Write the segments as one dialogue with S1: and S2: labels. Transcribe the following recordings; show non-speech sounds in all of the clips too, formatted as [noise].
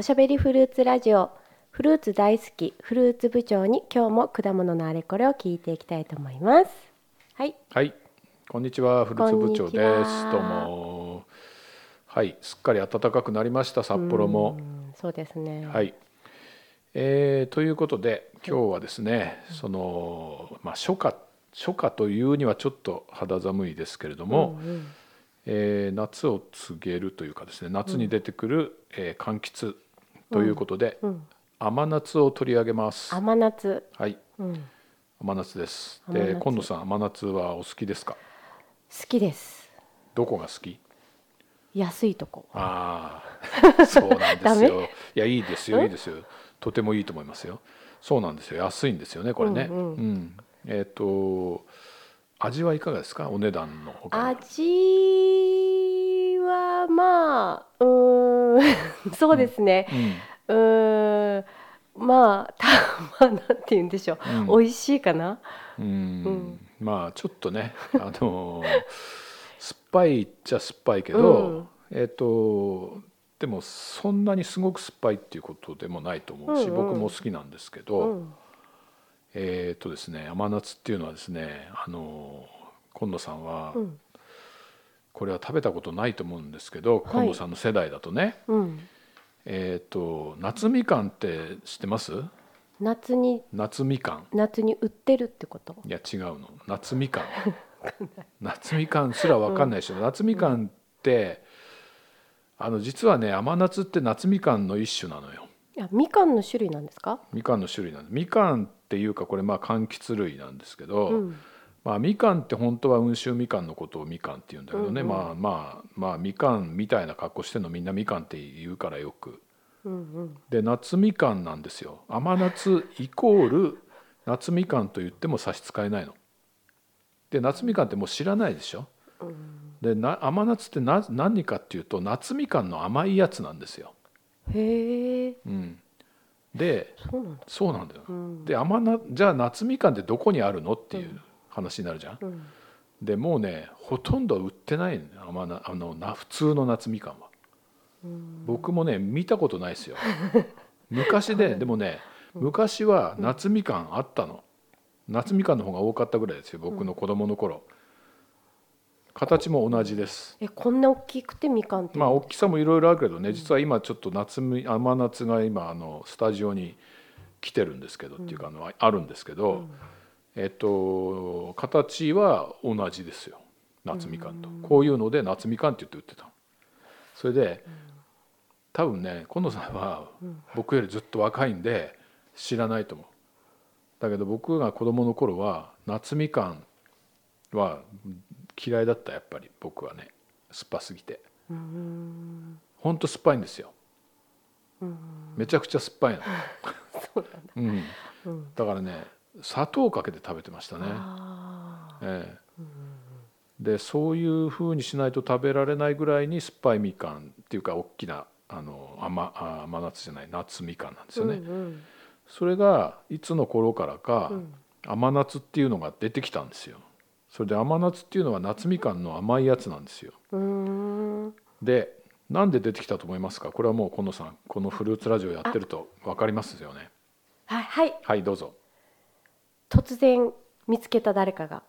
S1: しゃべりフルーツラジオフルーツ大好きフルーツ部長に今日も果物のあれこれを聞いていきたいと思いますはい
S2: はい、こんにちは、フルーツ部長
S1: こんにち
S2: で
S1: は
S2: す。どうも。はい、すっかり暖かくなりました、札幌も
S1: う。んそうですね
S2: はい。えーということで、今日はですね、その、まあ、初夏。初夏というにはちょっと肌寒いですけれども、
S1: うんうん
S2: えー夏を告げるというかですね夏に出てくる、えー柑橘ということで、
S1: うん
S2: 甘夏を取り上げます。
S1: 甘夏
S2: はい
S1: うん好
S2: 甘夏です。
S1: 甘
S2: で
S1: 夏
S2: 今野さん甘夏はお好きですか
S1: きです
S2: どこが好き
S1: 安いとこ
S2: ああそうなんで
S1: ダ
S2: す
S1: メ
S2: よ。いやいいですよいいですよ。とてもいいと思いますよ。そうなんですよ安いんですよねこれね。
S1: う
S2: うんん、
S1: うん
S2: えっ、と味はいかがですかお値段のほか
S1: 味
S2: に。
S1: はまあうーんそうですね
S2: うん
S1: うーんまあたまあなんて言うんでしょう、
S2: うん
S1: 美味しいかな
S2: うん、
S1: うん
S2: まあちょっとね [laughs] あのー酸っぱいっちゃ酸っぱいけど、えっ、とでもそんなにすごく酸っぱいっていうことでもないと思う
S1: う
S2: し、
S1: んうん
S2: 僕も好きなんですけど。
S1: うん
S2: えーっとですね甘夏っていうのはですねあの今野さんは
S1: うん
S2: これは食べたことないと思うんですけど、
S1: はい
S2: 今野さんの世代だとね
S1: うん
S2: えーっと夏みかんって知ってます
S1: 夏に
S2: 夏みかん
S1: 夏に売ってるってこと
S2: いや違うの夏みかん夏みかんすら分かんないでしょ、夏みかんってあの実はね甘夏って夏みかんの一種なのよ
S1: いやみかんの種類なんですか
S2: みかんの種類なんですみかんっていうかこれまあ柑橘類なんですけど、
S1: うん
S2: まあ、みかんって本当は温州みかんのことをみかんって言うんだけどね、
S1: うんうん
S2: まあまあまあみかんみたいな格好してるのみんなみかんって言うからよく
S1: うんうん
S2: で夏みかんなんですよ甘夏イコール夏みかんと言っても差し支えないので夏みかんってもう知らないでしょ
S1: うん
S2: でな甘夏ってな何かっていうと夏みかんの甘いやつなんですよ、
S1: へえ
S2: うん、で
S1: そうなんだ
S2: そうなんだよ、
S1: うん
S2: で甘なじゃあ夏みかんってどこにあるのっていう話になるじゃん
S1: うん
S2: でもうねほとんど売ってないのねあまなあのな普通の夏みかんは
S1: うん
S2: 僕もね見たことないです [laughs] よ昔ででもね昔は夏みかんあったの夏みかんの方が多かったぐらいですよ僕の子供の頃形も同じです
S1: えこんな大きくてみかんって
S2: まあ大きさもいろいろあるけどね実は今ちょっと夏み甘夏が今あのスタジオに来てるんですけどっていうかあのあるんですけど、えっと、形は同じですよ夏みかんとこういうので夏みかんって言って売ってたのそれで多分ね近野さんは僕よりずっと若いんで知らないと思うだけど僕が子供の頃は夏みかんは嫌いだったやっぱり僕はね酸っぱすぎて
S1: うん
S2: ほんと酸っぱいんですよ
S1: うん
S2: めちゃくちゃ酸っぱいの、
S1: [laughs] そうなんだ
S2: うん、
S1: うん
S2: だからね砂糖かけて食べてましたね
S1: あー
S2: ええでそういうふうにしないと食べられないぐらいに酸っぱいみかんっていうか大きなあの甘あ甘夏じゃない夏みかんなんですよね、
S1: うんうん
S2: それがいつの頃からか、
S1: うん
S2: 甘夏っていうのが出てきたんですよそれで甘夏っていうのは夏みかんの甘いやつなんですよ
S1: うーん
S2: でなんで出てきたと思いますかこれはもう近野さんこのフルーツラジオやってると分かりますよね
S1: はいはい
S2: はいどうぞ、
S1: 突然見つけた誰かが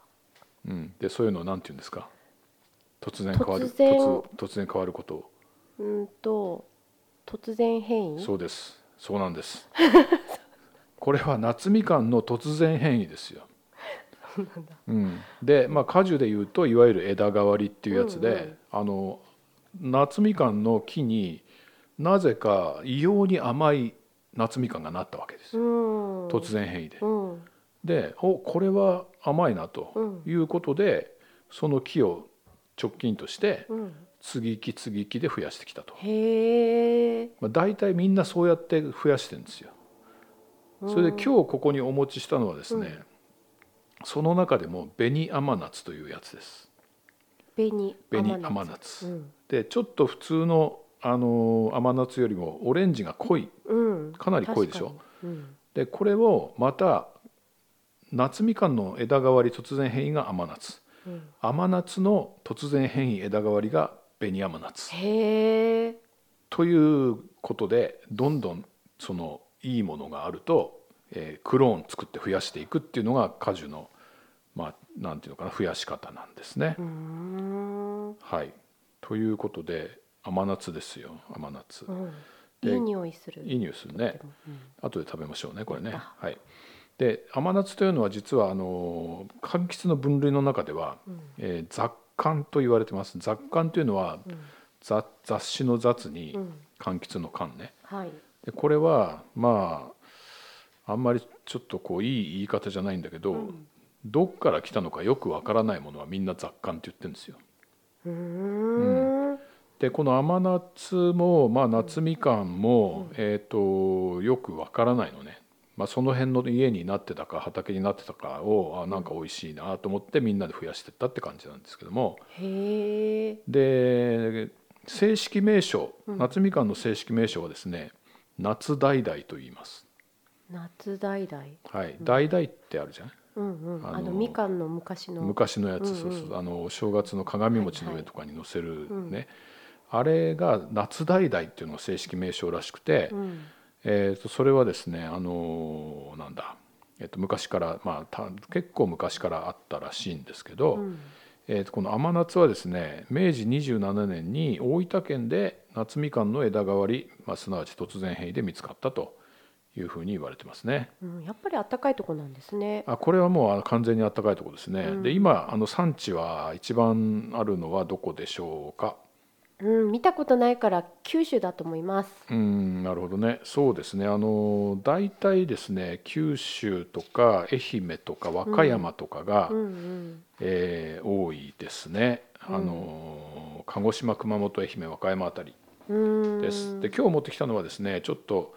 S2: うん、でそういうのをなんて言うんですか突然変わる
S1: 突然
S2: 突突然変わることを
S1: うーんと突然変異
S2: そうです。そうなんです。 [laughs] これは夏みかんの突然変異ですよ。うん、で、まあ、果樹でいうといわゆる枝代わりっていうやつで、
S1: うんうん
S2: あの夏みかんの木になぜか異様に甘い夏みかんがなったわけです
S1: う
S2: よ、
S1: ん
S2: 突然変異で。
S1: うん
S2: でおこれは甘いな
S1: うん
S2: ということで、その木を直近として
S1: うん
S2: 接ぎ木接ぎ木で増やしてきたと、
S1: へえ
S2: まあ、大体みんなそうやって増やしてるんですよ。それで今日ここにお持ちしたのはですね、
S1: うん
S2: その中でも紅甘夏というやつです
S1: 紅
S2: 紅
S1: 甘夏
S2: 甘夏、
S1: うん
S2: でちょっと普通のあの甘夏よりもオレンジが濃い
S1: うん、
S2: かなり濃いでしょ
S1: 確かに、うん、
S2: でこれをまた夏みかんの枝代わり突然変異が甘夏
S1: うん
S2: 甘夏の突然変異枝代わりが紅甘夏
S1: へえ
S2: ということでどんどんそのいいものがあると、えークローン作って増やしていくっていうのが果樹のまあなんていうのかな増やし方なんですね。
S1: うーん
S2: はい、ということで甘夏ですよ甘夏、
S1: うん
S2: で
S1: いい匂いする
S2: いいニュースね
S1: でもうん
S2: 後で食べましょうねこれね。
S1: やっ
S2: はい、で甘夏というのは実はあの柑橘の分類の中では、えー雑柑と言われてます雑柑というのは、雑雑誌の雑に
S1: うん
S2: 柑橘の柑ね。
S1: はい
S2: でこれはまああんまりちょっとこういい言い方じゃないんだけど、どっから来たのかよくわからないものはみんな雑感って言ってるんですよ。
S1: うーん
S2: でこの甘夏も、まあ、夏みかんも、えー、とよくわからないのね、まあ、その辺の家になってたか畑になってたかをあなんか美味しいなと思ってみんなで増やしてったって感じなんですけども
S1: へえ
S2: で正式名称
S1: ん
S2: 夏みかんの正式名称はですね、夏代々と言います。
S1: 夏代々
S2: はい、代々ってあるじゃない
S1: うんうん
S2: あ
S1: あ
S2: の
S1: のみかんの昔の
S2: 昔のや
S1: う
S2: つ、
S1: んうん
S2: そうそうあのお正月の鏡餅の上とかに載せるね、あれが夏代々っていうのが正式名称らしくて、
S1: うん
S2: えー、とそれはですねあのーなんだ、えー、と昔から、まあ、た結構昔からあったらしいんですけど、
S1: うん
S2: えー、とこの甘夏はですね明治27年に大分県で夏みかんの枝代わり、まあ、すなわち突然変異で見つかったというふうに言われてますね。
S1: うんやっぱり暖かいとこなんですね
S2: あこれはもうあの完全に暖かいところですね。
S1: うん
S2: で今あの産地は一番あるのはどこでしょうか。
S1: うん見たことないから九州だと思います
S2: うんなるほどね。そうですね。あの大体ですね九州とか愛媛とか和歌山とかが、
S1: うんうん
S2: えー多いですね。あの鹿児島熊本愛媛和歌山あたり
S1: うーん
S2: です。で今日持ってきたのはですねちょっと、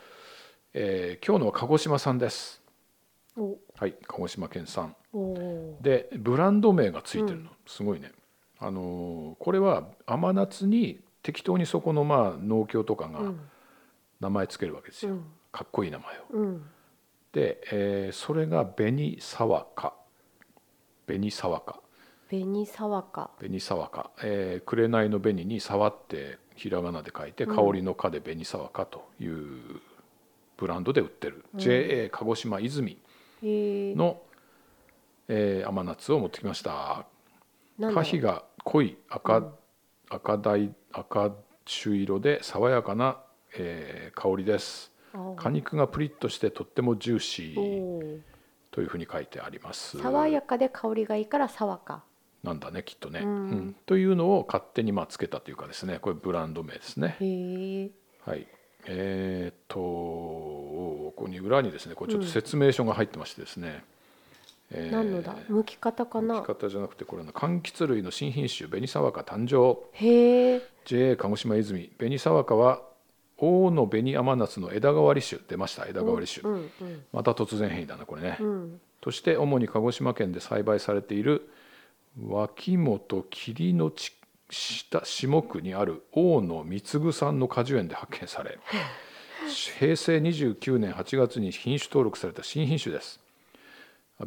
S2: えー今日のは鹿児島産です。
S1: お
S2: はい鹿児島県産。
S1: おー
S2: でブランド名がついてるの、すごいねあのーこれは甘夏に適当にそこのまあ農協とかが
S1: うん
S2: 名前つけるわけですよ、
S1: うん
S2: かっこいい名前を
S1: うん
S2: で、えーそれが紅沢花紅沢花
S1: 紅沢か
S2: 紅沢花、えー、紅の紅に沢ってひらがなで書いて
S1: うん
S2: 香りの花で紅沢花というブランドで売ってる、
S1: うん
S2: JA 鹿児島泉
S1: へえ
S2: の、えー甘夏を持ってきました
S1: なんだ
S2: 可
S1: ろ
S2: 否
S1: う
S2: が濃い赤、
S1: うん
S2: 赤大赤朱色で爽やかな、えー香りです
S1: あ
S2: 果肉がプリッとしてとってもジューシ
S1: お
S2: ー
S1: ー
S2: というふうに書いてあります
S1: 爽やかで香りがいいから爽か
S2: なんだねきっとね、
S1: うん
S2: うんというのを勝手にまあつけたというかですねこれブランド名ですね
S1: へえ
S2: はいえーっとここに裏にですねこれちょっと説明書が入ってましてですね、えー
S1: 何のだ剥き方か
S2: 書
S1: な
S2: き方じゃなくてこれの柑橘類の新品種紅沢花誕生
S1: へえ
S2: JA 鹿児島泉紅沢花は大野紅天夏の枝代わり種出ました枝代わり種、
S1: うんうん
S2: また突然変異だなこれね、
S1: うん
S2: として主に鹿児島県で栽培されている脇本霧の地下下区にある大野貢さんの果樹園で発見され平成29年8月に品種登録された新品種です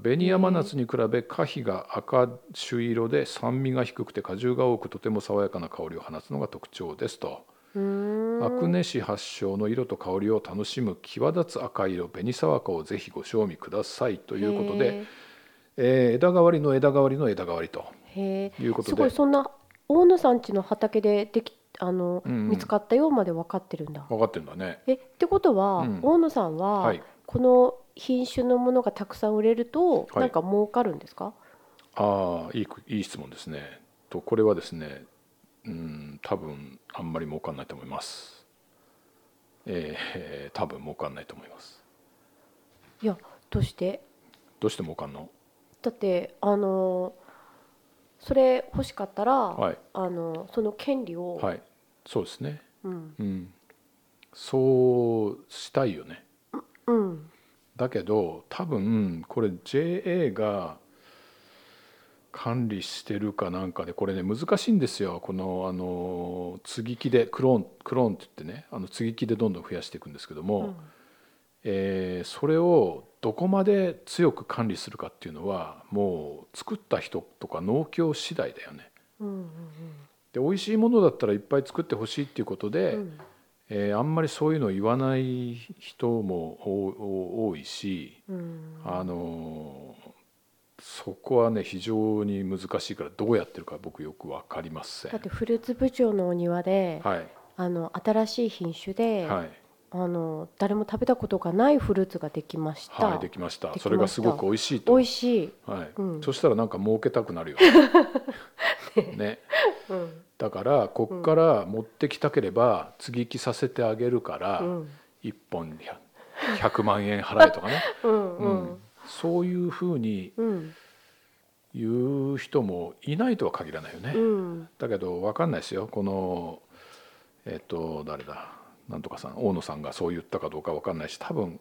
S2: 紅山夏に比べ花皮が赤朱色で酸味が低くて果汁が多くとても爽やかな香りを放つのが特徴ですと
S1: うーん
S2: アクネ市発祥の色と香りを楽しむ際立つ赤色紅沢花をぜひご賞味くださいということで、えー枝代わりの枝代わりの枝代わりと
S1: へえ
S2: ということです
S1: ごいそんな大野さん家の畑でできあの、
S2: うんうん
S1: 見つかったようまで分かってるんだ
S2: 分かってるんだね
S1: えってことは、
S2: うん
S1: 大野さんは、
S2: はい
S1: この品種のものがたくさん売れると、
S2: はい
S1: なんか儲かるんですか
S2: ああいいくいい質問ですねとこれはですねうん多分あんまり儲かんないと思いますえーえー多 [laughs] 分儲かんないと思います
S1: いやどうして
S2: どうして儲かんの
S1: だってあのそれ欲しかったら、
S2: はい
S1: あのその権利を、
S2: はいそうですね
S1: うん
S2: うんそうしたいよね
S1: うん
S2: だけど多分これ JA が管理してるかなんかでこれね難しいんですよこのあの接ぎ木でクローンクローンって言ってねあの継ぎ木でどんどん増やしていくんですけども、
S1: うん
S2: えーそれをどこまで強く管理するかっていうのはもう作った人とか農協次第だよね。
S1: うんうん
S2: で美味しいものだったらいっぱい作ってほしいっていうことで、
S1: うん
S2: えーあんまりそういうのを言わない人もおお多いし、
S1: うん
S2: あのーそこはね非常に難しいからどうやってるか僕よく分かりません。
S1: だってフルーツ部長のお庭で、
S2: はい
S1: あの新しい品種で、
S2: はい
S1: あの誰も食べたことがないフルーツができました、
S2: はい、できまし
S1: で
S2: た
S1: きました
S2: それがすごく美味しいと
S1: 美味しい、
S2: はい
S1: うん
S2: そしたらなんか儲けたく
S1: [laughs]
S2: なるよね
S1: うん
S2: だからこっから持ってきたければ継ぎ木させてあげるから、
S1: うん
S2: 1本100 100万円払えとかね、
S1: [laughs] うん
S2: う
S1: うんん
S2: そういうふうに
S1: うん
S2: 言う人もいないとは限らないよね、
S1: うん
S2: だけど分かんないですよこのえっと誰だなんとかさん大野さんがそう言ったかどうか分かんないし多分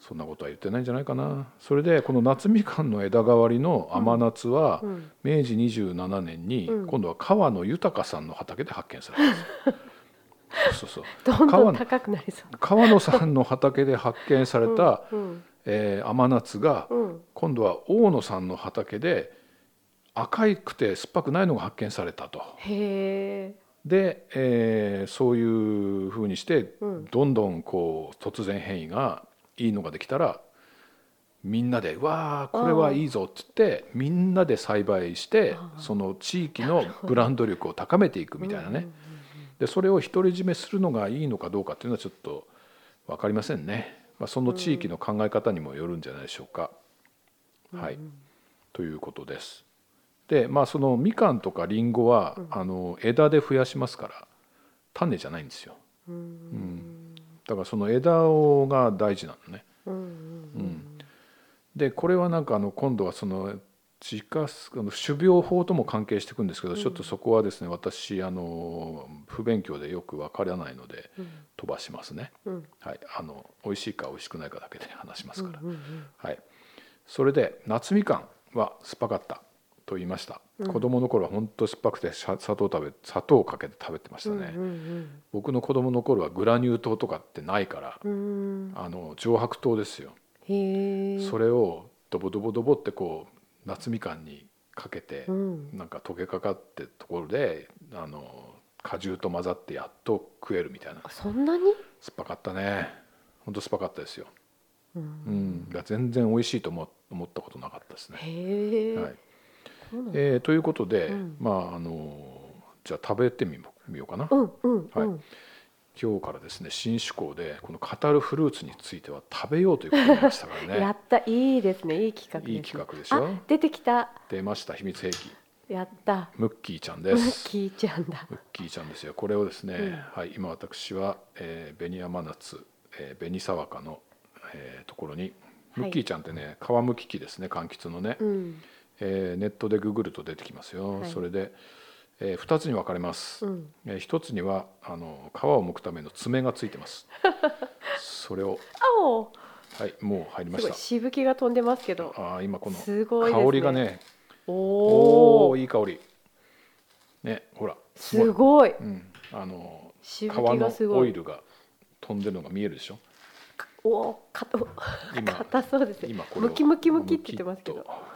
S2: そんなことは言ってないんじゃないかなそれでこの夏みかんの枝代わりの甘夏は、
S1: うん
S2: 明治27年に、
S1: うん
S2: 今度は川野豊さんの畑で発見されたんですよそうそうそう
S1: どんど
S2: 川
S1: ん
S2: 野
S1: 高くなりそう
S2: 川野さんの畑で発見された、
S1: うん
S2: えー甘夏が、
S1: うん
S2: 今度は大野さんの畑で赤いくて酸っぱくないのが発見されたと。
S1: へえ
S2: で、えーそういうふうにして、
S1: うん
S2: どんどんこう突然変異がいいのができたらみんなで「わあこれはいいぞ」っつってみんなで栽培して
S1: あー
S2: その地域のブランド力を高めていくみたいなね、でそれを独り占めするのがいいのかどうかっていうのはちょっと分かりませんね、まあ、その地域の考え方にもよるんじゃないでしょうか。はい、ということです。でまあそのみかんとかりんごは、あの枝で増やしますから種じゃないんですよ
S1: うん
S2: だからその枝をが大事なのね。
S1: うんうん
S2: うん、でこれはなんかあの今度はその自家すあの種苗法とも関係していくんですけど、ちょっとそこはですね私あの不勉強でよくわからないので
S1: うん
S2: 飛ばしますね。
S1: うん
S2: はい、あの美味しいか美味しくないかだけで話しますから。
S1: うんうん
S2: はい、それで夏みかんは酸っぱかったと言いました、子供の頃は本当酸っぱくてしゃ砂糖食べ砂糖をかけて食べてましたね、
S1: うん
S2: 僕の子供の頃はグラニュー糖とかってないから、
S1: うんうん
S2: あの上白糖ですよ、
S1: へえ
S2: それをドボドボドボってこう夏みかんにかけて、
S1: うん
S2: なんか溶けかかってところであの果汁と混ざってやっと食えるみたいな
S1: あそんなに
S2: 酸っぱかったね本当酸っぱかったですよ、
S1: う
S2: うん、だから全然美味しいと思思ったことなかったですね
S1: へえ
S2: はい
S1: そうなんだ
S2: えーということで、
S1: うん
S2: まああのーじゃあ食べてみみようかな、
S1: うんうんう
S2: はい
S1: ん
S2: 今日からですね新趣向でこの語るフルーツについては食べようということになりましたから
S1: や
S2: ね
S1: ったいいですねいい企画ですね
S2: いい企画でしょ
S1: あ出てきた
S2: 出ました秘密兵器
S1: やった
S2: ムッキーちゃん
S1: ム
S2: で
S1: ッ [laughs]
S2: す
S1: キーちゃんだ
S2: ムッキーちゃんですよこれをですね、はい、今私は、えー、紅山夏、えー、紅沢香の、えーところに
S1: い
S2: ムッキーちゃんってね皮むき器ですね柑橘のね、
S1: うん
S2: えーネットでググると出てきますよ、
S1: はい
S2: それで、え2つに分かれます、
S1: うん
S2: えー一つにはあの皮を剥くための爪がついてます
S1: [laughs]
S2: それを
S1: あお
S2: はいもう入りますし
S1: ごい
S2: た
S1: しぶきが飛んでますけど
S2: あー今この
S1: すごいですね
S2: 香りがね
S1: お
S2: お
S1: お
S2: おーいい香りねほら
S1: すごい
S2: うん、あの皮
S1: しぶきがす
S2: の
S1: ご
S2: オ
S1: い
S2: イルが飛んでるのが見えるでしょ
S1: おおかと
S2: 今
S1: 硬そうですね
S2: 今これを
S1: ムキムキムキって言ってますけ
S2: ム
S1: ど
S2: キッと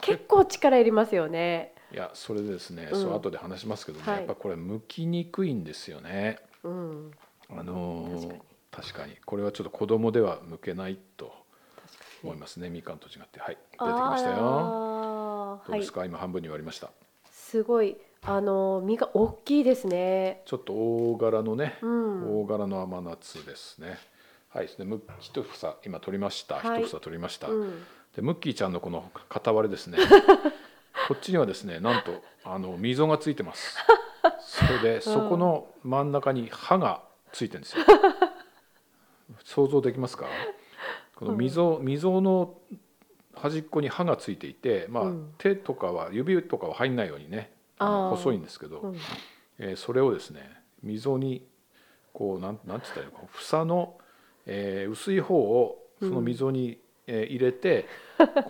S1: 結構力いりますよね
S2: いやそれでですね、
S1: うん
S2: そう後で話しますけどね、
S1: はい
S2: やっぱこれ剥きにくいんですよね
S1: うん
S2: あのー
S1: 確かに
S2: 確かにこれはちょっと子供では剥けないと思いますねみかんと違ってはい出てきましたよ
S1: あー
S2: どう
S1: は
S2: で
S1: い
S2: すか、今半分に割りました
S1: すごいあの身が大きいですね
S2: ちょっと大柄のね、
S1: うん
S2: 大柄の甘夏ですねはいですねむ一房今取りました、
S1: はい
S2: 一房取りました、
S1: うん
S2: でムッキーちゃんのこの片割れです
S1: [laughs]
S2: ねこっちにはですねなんとあの溝がついてますそれでそこの真ん中に歯がついてるんですよ想像できますかこの溝溝の端っこに歯がついていて、まあ
S1: うん
S2: 手とかは指とかは入んないようにねあの
S1: あー
S2: 細いんですけど、
S1: うん
S2: えーそれをですね溝にこうなんなんつったらいいのかな房の、えー薄い方をその溝に、えー入
S1: [laughs]
S2: れて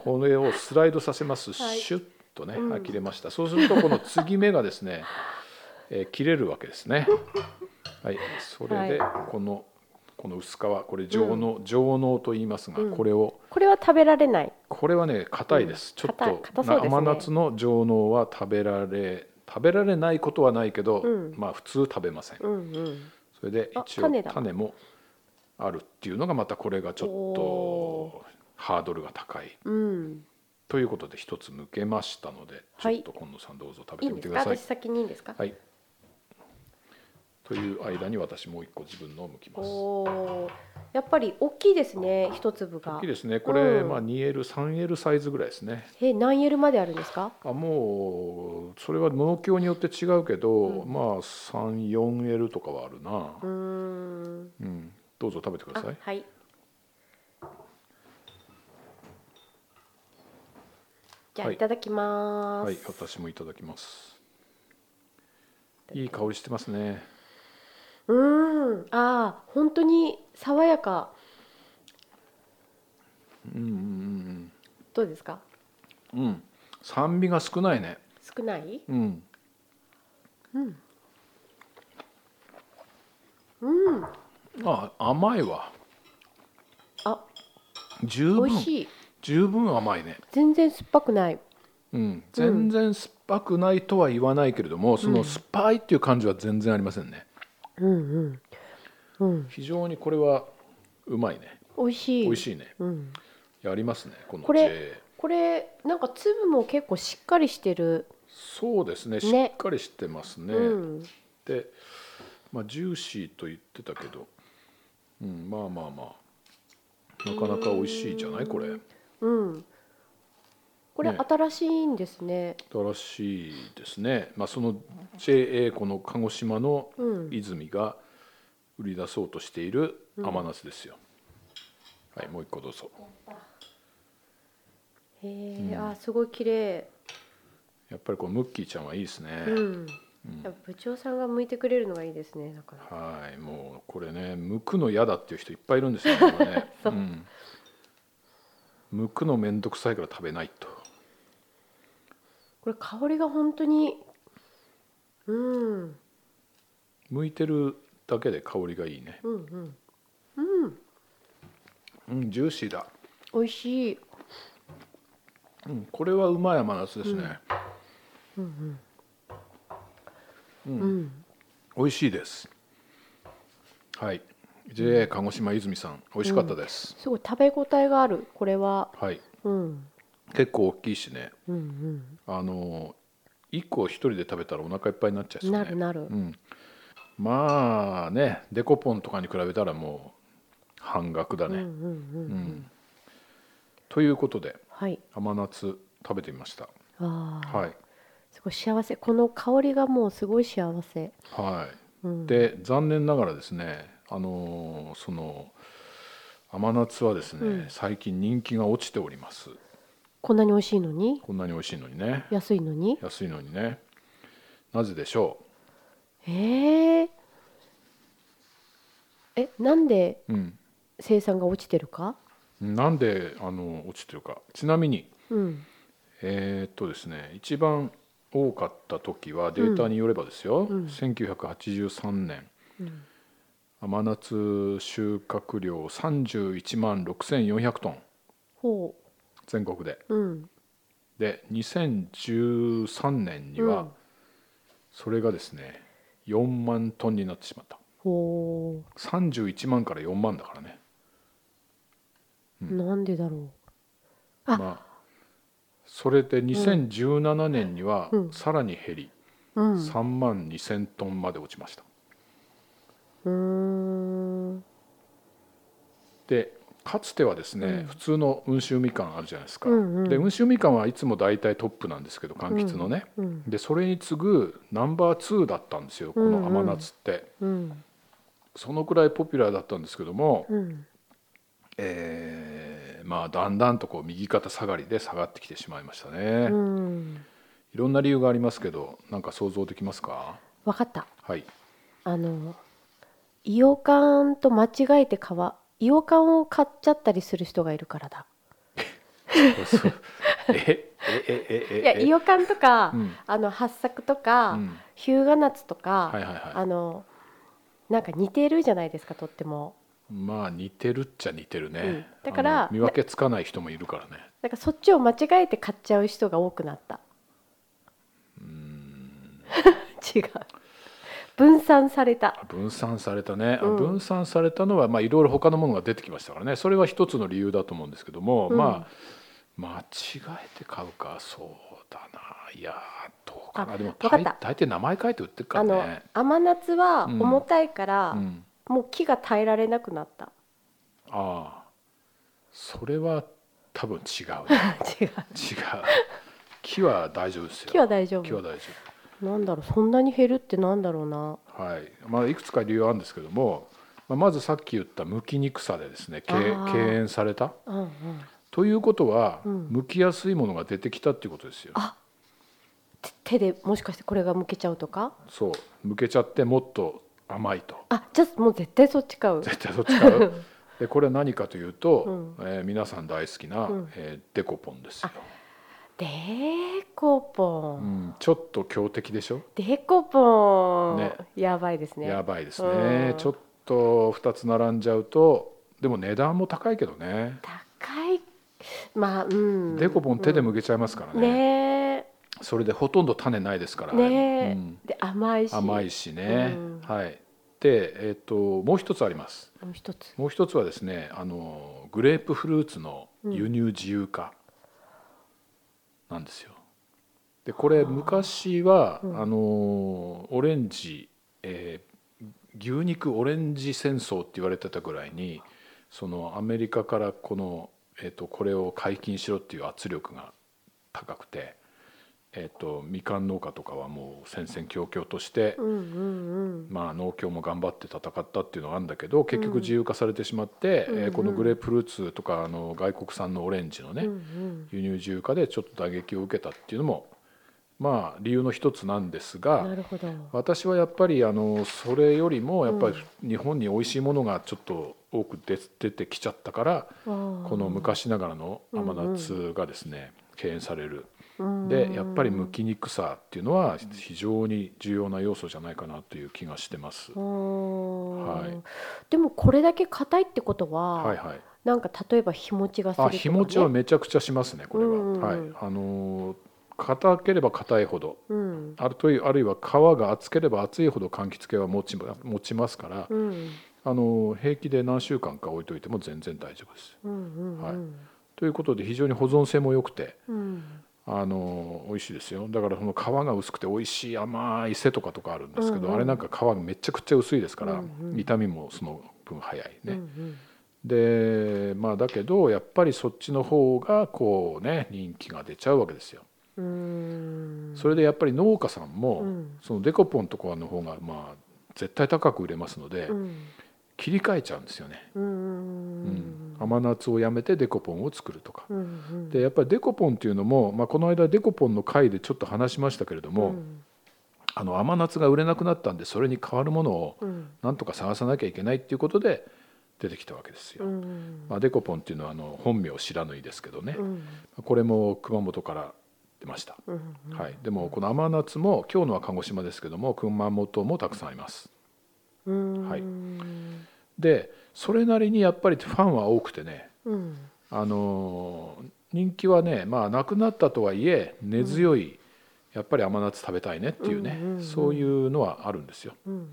S2: これをスライドさせます、
S1: はい
S2: シュッとね、
S1: うん
S2: あ切れましたそうするとこの継ぎ目がですね、えー切れるわけですね。はい、それでこの、この薄皮これ上納、上納と言いますが、
S1: うん
S2: これを
S1: これは食べられない
S2: これはね硬いです、
S1: うん
S2: ちょっと
S1: 硬い硬そうですね
S2: な甘夏の上納は食べられ食べられないことはないけど、
S1: うん
S2: まあ普通食べません
S1: うんうん
S2: そそれで
S1: あ
S2: 一応
S1: 種だ
S2: 種もあるっていうのがまたこれがちょっとハードルが高い
S1: うん。
S2: ということで一つ向けましたのでち
S1: は
S2: ょ
S1: い
S2: っと今野さんどうぞ食
S1: い
S2: べ
S1: い
S2: て
S1: んです
S2: みてく
S1: か。
S2: ださい
S1: 私。先にいいんですか。
S2: はい。という間に私もう一個自分のを剥き
S1: お
S2: ます。
S1: おー。やっぱり大きいですね。一粒
S2: 大
S1: が
S2: きい。ですね。これ、
S1: うん
S2: まあ 2L、3L サイズぐらいですね。
S1: え、何 L まであるんですか。
S2: あもうそれは農協によって違うけど、
S1: う
S2: まあ 34L とかはあるな
S1: う。ーん。
S2: うん、どうぞ食べてくだ
S1: あ
S2: さい。
S1: はい。じゃあ
S2: はい
S1: いただきます。
S2: はい、私もいただきます。いい香りしてますね。
S1: うーん。ああ、本当に爽やか。
S2: うんうん
S1: どうですか。
S2: うんうん。うん。酸味が少ないね。
S1: 少ない。
S2: うん。
S1: うん。
S2: あ甘いわ。
S1: あ、
S2: 十
S1: 美
S2: 分
S1: 味しい。
S2: 十分甘いね。
S1: 全然酸っぱくない。
S2: うん、全然酸っぱくないとは言わないけれども、その酸っぱいっていう感じは全然ありませんね
S1: うんうん。うん。
S2: 非常にこれはうまいね
S1: 美味しい。
S2: 美味しいね
S1: うん。
S2: やりますねこの
S1: これ
S2: J
S1: これなんか粒も結構しっかりしてる。
S2: そうですねし
S1: ね
S2: っかりしてますね
S1: うん。
S2: で、まあ、ジューシーと言ってたけど、うん、まあまあまあなかなか美味しいじゃないこれ
S1: うん。これ
S2: ね
S1: 新しいんですね。
S2: 新しいですね、まあ、その JA この鹿児島の
S1: うん
S2: 泉が売り出そうとしている甘夏ですよ、はいもう一個どうぞ
S1: へえ、あすごい綺麗。
S2: やっぱりこのムッキーちゃんはいいですね、
S1: うん。やっぱ部長さんが向いてくれるのがいいですね。だから。
S2: はいもうこれね剥くの嫌だっていう人いっぱいいるんです
S1: [laughs]
S2: よね今ね
S1: そう
S2: うん剥くのめんどくさいから食べないと
S1: これ香りが本当に。うん。
S2: 剥いてるだけで香りがいいね
S1: うんうん。うん。
S2: うんジューシーだ、
S1: 美味しい。
S2: うん、これはうまい甘夏ですね、
S1: うん。
S2: 美味しいですはい JA 鹿児島泉さん美味しかったです、
S1: すごい食べ応えがある。これは。
S2: はい
S1: うん。
S2: 結構大きいしね
S1: うん
S2: あの1個一人で食べたらお腹いっぱいになっちゃい
S1: うん。
S2: そうね
S1: なるなる
S2: う。ん、まあねデコポンとかに比べたらもう半額だ
S1: うんう
S2: ね、
S1: んうん。
S2: うんということで
S1: はい。
S2: 甘夏食べてみました
S1: ああ。
S2: はい
S1: すごい幸せこの香りがもうすごい幸せ、
S2: は
S1: う
S2: い
S1: ん、
S2: で残念ながらですねあのーその甘夏はですね、
S1: うん
S2: 最近人気が落ちております
S1: こんなに美味しいのに
S2: こんなに美味しいのにね
S1: 安いのに
S2: 安いのにねなぜでしょ
S1: えー、えなんで
S2: う、うん、
S1: 生産が落ちてるか
S2: なんであの落ちてるかちなみに
S1: うん
S2: えーっとですね一番多かった時はデータによればですよ、
S1: うん
S2: 1983年
S1: うん
S2: 甘夏収穫量31万6400トン
S1: ほ
S2: 全国で
S1: ううん
S2: で2013年に
S1: う
S2: は
S1: ん
S2: それがですね4万トンになってしまった
S1: ほ
S2: 31万から4万だからね
S1: う、なんでだろあ
S2: まあそれで2017年には
S1: うん
S2: さらに減り
S1: ううんう
S2: 3万2000トンまで落ちました
S1: ーん
S2: でかつてはですね、
S1: うん
S2: 普通の温州みかんあるじゃないですか、
S1: うんうん
S2: で温州みかんはいつも大体トップなんですけど柑橘のね、
S1: うん
S2: でそれに次ぐナンバー2だったんですよこの甘夏って、
S1: うん
S2: そのくらいポピュラーだったんですけども、
S1: うん
S2: えーまあだんだんとこう右肩下がりで下がってきてしまいましたね、
S1: うん
S2: いろんな理由がありますけどなんか想像できますか
S1: わかった [laughs]
S2: はい
S1: あのイオカンと間違えて買わイオカンを買っちゃったりする人がいるからだ
S2: そうえええええ
S1: いや
S2: え
S1: イオカンとか、
S2: うん
S1: あの八作とか、
S2: うん
S1: 日向夏とか、
S2: はいはいはい
S1: あのなんか似てるじゃないですかとっても
S2: まあ似てるっちゃ似てるね、
S1: うんだから
S2: あの見分けつかない人もいるからね
S1: なんかそっちを間違えて買っちゃう [laughs] 人が多くなった違う分散された。
S2: 分散されたね、
S1: うん
S2: 分散されたのはまあいろいろ他のものが出てきましたからねそれは一つの理由だと思うんですけども、
S1: うん
S2: まあ間違えて買うかそうだないやーどうかな
S1: あ
S2: でも
S1: わかっ
S2: 大
S1: た
S2: 大抵名前書いて売ってるか
S1: あ
S2: ら
S1: の
S2: ね、
S1: 甘夏は
S2: うん
S1: 重たいから、
S2: うん、
S1: もう木が耐えられなくなった。 [laughs]
S2: ああそれは多分違う
S1: [laughs]
S2: ね
S1: 違う。
S2: 違う木は大丈夫ですよ
S1: 木は大丈
S2: 木は
S1: 夫。
S2: 大丈
S1: なんだろう、そんなに減るってなんだろうな。
S2: 夫はいまあいくつか理由はあるんですけどもまあまずさっき言ったむきにくさでですね敬
S1: あー
S2: 敬遠された
S1: うんうん。
S2: ということは、
S1: うん
S2: 剥きやすいものが出てきたっていうことですよ。
S1: あて手でもしかしてこれがむけちゃうとか。
S2: そう剥けちゃってもっと甘いと
S1: あ、じゃあもう絶対そっち買う。
S2: 絶対そっち買
S1: [laughs]
S2: うでこれは何かというと、
S1: うん
S2: えー皆さん大好きな、
S1: うん
S2: えーデコポンですよ、
S1: デコポ
S2: う
S1: ン。
S2: ん、ちょっと強敵でしょ、
S1: デコポン。
S2: ね
S1: やばいですね。
S2: やばいです
S1: う
S2: ね
S1: ん
S2: ちょっと2つ並んじゃうとでも値段も高いけどね、
S1: 高い。まあ、うん。
S2: デコポン手で
S1: む
S2: 剥けちゃいますからね,、
S1: ね
S2: それでほとんど種ないですから
S1: え。ねえ、
S2: うん
S1: で、甘いし。
S2: 甘いしね、
S1: うん
S2: はいでえっ、ともう一つあります
S1: もう一つ。
S2: もう一つはですねあのグレープフルーツの輸入自由化なんですよ。でこれ昔は、
S1: うん
S2: あのオレンジ、えー牛肉オレンジ戦争って言われてたぐらいにそのアメリカからこの、えー、とこれを解禁しろっていう圧力が高くて、えー、とみかん農家とかはもう戦々恐々として
S1: うんうん
S2: まあ、農協も頑張って戦ったっていうのはあるんだけど結局自由化されてしまって、
S1: うん
S2: えー
S1: うん
S2: このグレープフルーツとかあの外国産のオレンジの
S1: うん。
S2: ね、
S1: うんうん。
S2: 輸入自由化でちょっと打撃を受けたっていうのもまあ理由の一つなんですが
S1: なるほど。
S2: 私はやっぱりあのそれよりもやっぱり
S1: う
S2: 日本に美味しいものがちょっと多く出出てきちゃったから、こ
S1: こ
S2: の昔ながらの甘夏がですね、敬遠される。でやっぱり剥きにくさっていうのは非常に重要な要素じゃないかなという気がしてます。は
S1: はいでもこれだけ硬いってことは、
S2: はいはい。
S1: なんか例えば日持ちがする
S2: あ、
S1: とか、ね、
S2: 日持ちはめちゃくちゃしますね。これは、
S1: うんうんうん
S2: はい。あのー硬ければ硬いほど、
S1: うん
S2: あるというあるいは皮が厚ければ厚いほど柑橘系は持ちま持ちますから、
S1: うんうん
S2: あのー平気で何週間か置いといても全然大丈夫です。
S1: うんうん
S2: はいということで非常に保存性も良くて。
S1: うん
S2: あのー美味しいですよだからその皮が薄くて美味しい甘い背とかとかあるんですけど、
S1: うんうん
S2: あれなんか皮がめちゃくちゃ薄いですから、
S1: うんうん
S2: 痛みもその分早い
S1: うん
S2: ね、
S1: うん
S2: でまあだけどやっぱりそっちの方がこうね人気が出ちゃうわけですよ。
S1: うーん
S2: それでやっぱり農家さんも、
S1: うん
S2: そのデコポンとかの方がまあ絶対高く売れますので、
S1: うん
S2: 切り替えちゃうんですよね。
S1: うんう
S2: うん
S1: ん
S2: 甘夏をやめてデコポンを作るとか。
S1: うんうん
S2: でやっぱりデコポンっていうのも、まあ、この間デコポンの回でちょっと話しましたけれども、
S1: うん
S2: あの甘夏が売れなくなったんでそれに代わるものを
S1: うん
S2: なんとか探さなきゃいけないっていうことで出てきたわけです
S1: う
S2: よ。
S1: ん
S2: まあ、デコポンっていうのはあの本名知らぬいですけどね、
S1: うん
S2: これも熊本から出ました、
S1: うん
S2: はい、でもこの甘夏も今日のは鹿児島ですけども熊本もたくさんあります
S1: うん
S2: はい
S1: うん
S2: でそれなりにやっぱりファンは多くてね
S1: うん
S2: あのー人気はねまあなくなったとはいえ根強い、やっぱり甘夏食べたいねっていうね、
S1: うんうんうん
S2: そういうのはあるんですよ
S1: うん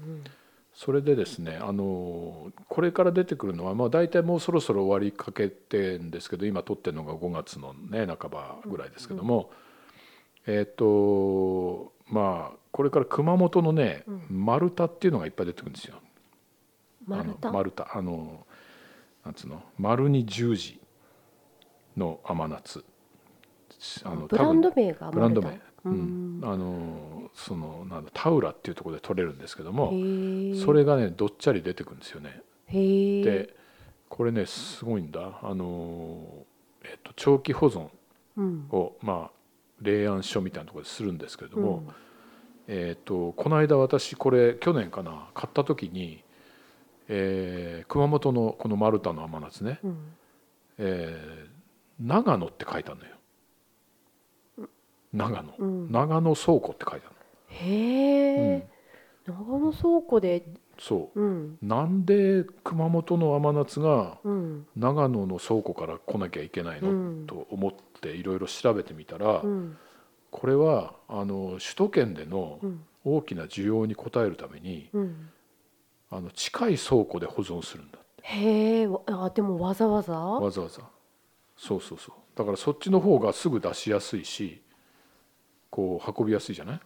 S2: それでですね、あのーこれから出てくるのは、まあ、大体もうそろそろ終わりかけてんですけど今撮ってるのが5月の、ね、半ばぐらいですけども、えっ、とまあこれから熊本のね、
S1: うん
S2: 丸太っていうのがいっぱい出てくるんですよ。
S1: 丸
S2: あ
S1: 太
S2: の丸太あのなんつうの丸に十字の甘夏。あの
S1: ブ
S2: 多
S1: ラ
S2: 分
S1: ンド名が
S2: ブラン
S1: 丸
S2: ド
S1: 太
S2: 名、うん
S1: うん
S2: あのーそのなんだ田浦っていうところで取れるんですけども。
S1: へえ
S2: それがねどっちゃり出てくるんですよね。
S1: へえ
S2: でこれねすごいんだあのー、えっと、長期保存
S1: うん
S2: をまあ霊安書みたいなところでするんですけれども、
S1: うん
S2: えっとこの間私これ去年かな買った時に、えー熊本のこの丸太の甘夏ね、
S1: うん
S2: えー長野って書いてあるのよ。長野、
S1: うん
S2: 長野倉庫って書いてあるの、
S1: へ
S2: う
S1: え
S2: ん、
S1: 長野倉庫で
S2: そう
S1: うん
S2: なんで熊本の甘夏が
S1: うん
S2: 長野の倉庫から来なきゃいけないの、
S1: うん
S2: と思っていろいろ調べてみたら、
S1: うん
S2: これはあの首都圏での
S1: うん
S2: 大きな需要に応えるために
S1: うん、
S2: あの近い倉庫で保存するんだって
S1: へえわあでもわざわざ
S2: わざわざそうそうそうだからそっちの方がすぐ出しやすいしこう運びやすいじゃない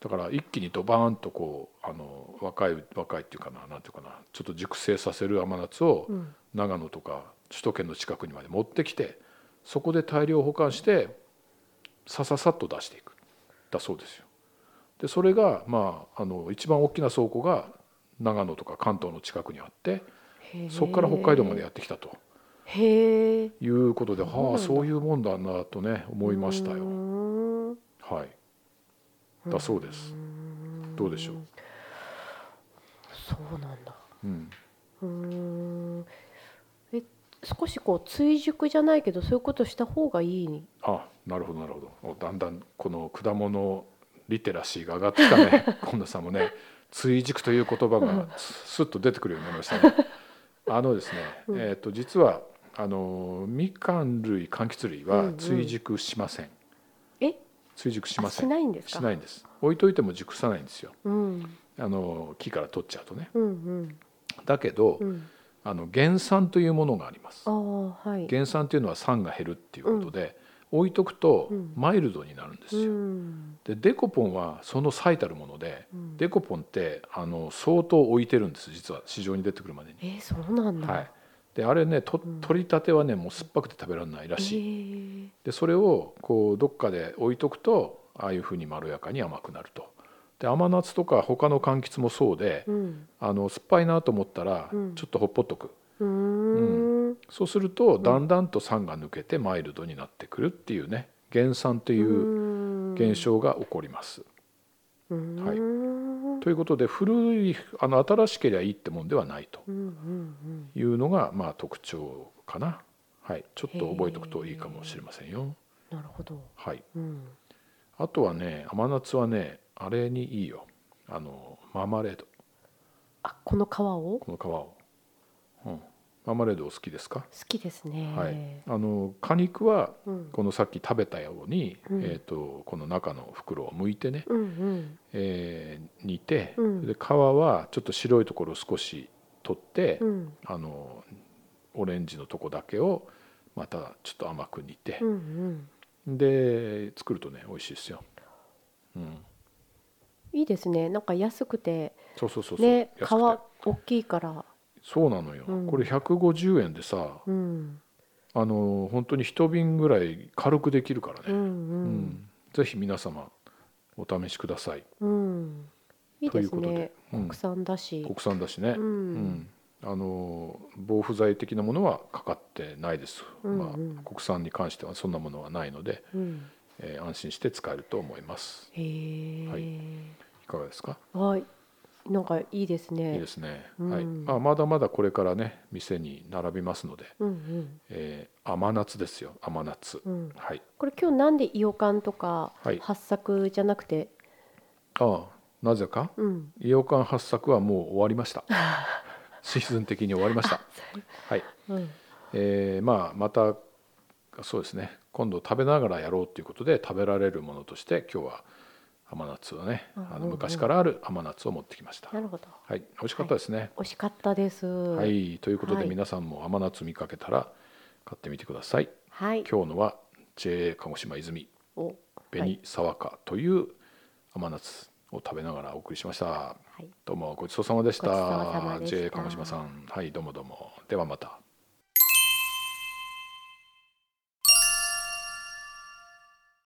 S2: だから一気にドバーンとこうあの若い若いっていうかななんていうかなちょっと熟成させる甘夏を
S1: うん
S2: 長野とか首都圏の近くにまで持ってきてそこで大量保管してさささっと出していくだそうですよ。でそれがまああの一番大きな倉庫が長野とか関東の近くにあって
S1: へえ
S2: そこから北海道までやってきたと
S1: へえ
S2: いうことで、は
S1: そう
S2: あそ
S1: な
S2: ういうもんだなとね思いました
S1: うー
S2: よ。
S1: ん
S2: はい、だそうです。どうでしょう。
S1: そうなんだ
S2: うん、
S1: うーんえ少しこう追熟じゃないけどそういうことした方がいいに
S2: あなるほどなるほどおだんだんこの果物リテラシーが上がってきたね
S1: [laughs]
S2: 今度さんもね追熟という言葉がすっと出てくるようになりましたね。あのですね、
S1: うん
S2: えー、と実はあのみかん類柑橘類
S1: うんう
S2: は
S1: ん
S2: 追熟しません、
S1: え
S2: 追熟し
S1: あ
S2: ません
S1: しないんですか
S2: しないんです置いといても熟さないんですよ
S1: うん
S2: あの木から取っちゃうとね
S1: うんうん
S2: だけど、
S1: うん
S2: あの原産というものがあります
S1: ああはい
S2: 原産というのは酸が減るっていうことで、置いとくと
S1: うん
S2: マイルドになるんですよ、
S1: うん
S2: でデコポンはその最たるもので、
S1: うん
S2: デコポンってあの相当置いてるんです実は市場に出てくるまでに、
S1: えー、そうなんだ、
S2: はい、であれねと
S1: うん
S2: 取りたてはねもう酸っぱくて食べられないらしい、
S1: い、
S2: でそれをこうどっかで置いとくとああいうふうにまろやかに甘くなるとで甘夏とか他の柑橘もそうで
S1: えー、うん
S2: あの酸っぱいなと思ったら
S1: うん
S2: ちょっとほっぽっとく、
S1: うーん
S2: そうするとだんだんと酸が抜けてマイルドになってくるっていうね減酸という
S1: う
S2: 現象が起こります、
S1: は
S2: はい
S1: うん
S2: ということで古いあの新しければいいってもんではないと
S1: うんうん
S2: いうのがまあ特徴かな、はい、ちょっと覚えておくといいかもしれませんよ。
S1: なるほど、
S2: はい、
S1: うん、
S2: あとはね甘夏はねあれにいいよあのマーマレード
S1: あこの皮を好
S2: この皮を、うん、マーマレードお好きですか、
S1: きですね
S2: はい、あの果肉は
S1: うん
S2: このさっき食べたように、
S1: うん
S2: えー、とこの中の袋を剥いてね、
S1: うんうん
S2: えー煮て、
S1: うん
S2: で皮はちょっと白いところを少し取って、
S1: うん
S2: あのオレンジのとこだけをまたちょっと甘く煮て
S1: うんう、ん
S2: で作るとね美味しいですよ。うん、
S1: いいですねなんか安くて
S2: そうそうそうそう、
S1: ね皮
S2: 安くて
S1: 大きいから
S2: そうなのよ、
S1: うん
S2: これ150円でさ
S1: うん
S2: あの本当に一瓶ぐらい軽くできるから
S1: う
S2: ね、うんぜひ皆様お試しください
S1: うんうんいい
S2: と
S1: で
S2: いう
S1: す
S2: ことで
S1: ね
S2: うん
S1: 国産だし
S2: 国産だしね、
S1: う
S2: うんんあの防腐剤的なものはかかってないです、
S1: うん
S2: まあ、
S1: うん
S2: 国産に関してはそんなものはないので、
S1: うん
S2: えー安心して使えると思います
S1: へ
S2: はい
S1: え
S2: いかがですか
S1: はいなんかいいです
S2: いい
S1: ね
S2: ですね、
S1: うん
S2: はいまあ、まだまだこれからね店に並びますので、
S1: うん
S2: えー甘夏ですよ甘夏、
S1: うんうん
S2: はい
S1: これ今日なんでイオカンとか
S2: はい
S1: 八作じゃなくて
S2: ああなぜか
S1: うん
S2: イオカン発作はもう終わりました
S1: [laughs]
S2: シーズン的に終わりましたはい、
S1: うん
S2: えーまあまたそうですね今度食べながらやろうということで食べられるものとして今日は甘夏をね
S1: うん
S2: あ
S1: うんう
S2: の
S1: ん
S2: 昔からある甘夏を持ってきました、
S1: なるほど
S2: はい、美味しかったですね、
S1: 惜しかったです
S2: は、
S1: はい
S2: ということで
S1: はい
S2: 皆さんも甘夏見かけたら買ってみてください、
S1: はい
S2: 今日のは JA 鹿児島泉
S1: お
S2: 紅沢花という甘夏を食べながらお送りしました、
S1: はい
S2: どうもごちそうさまでした
S1: ごちそうさまでした
S2: JA 鹿児島さんはいどうもどうもではまた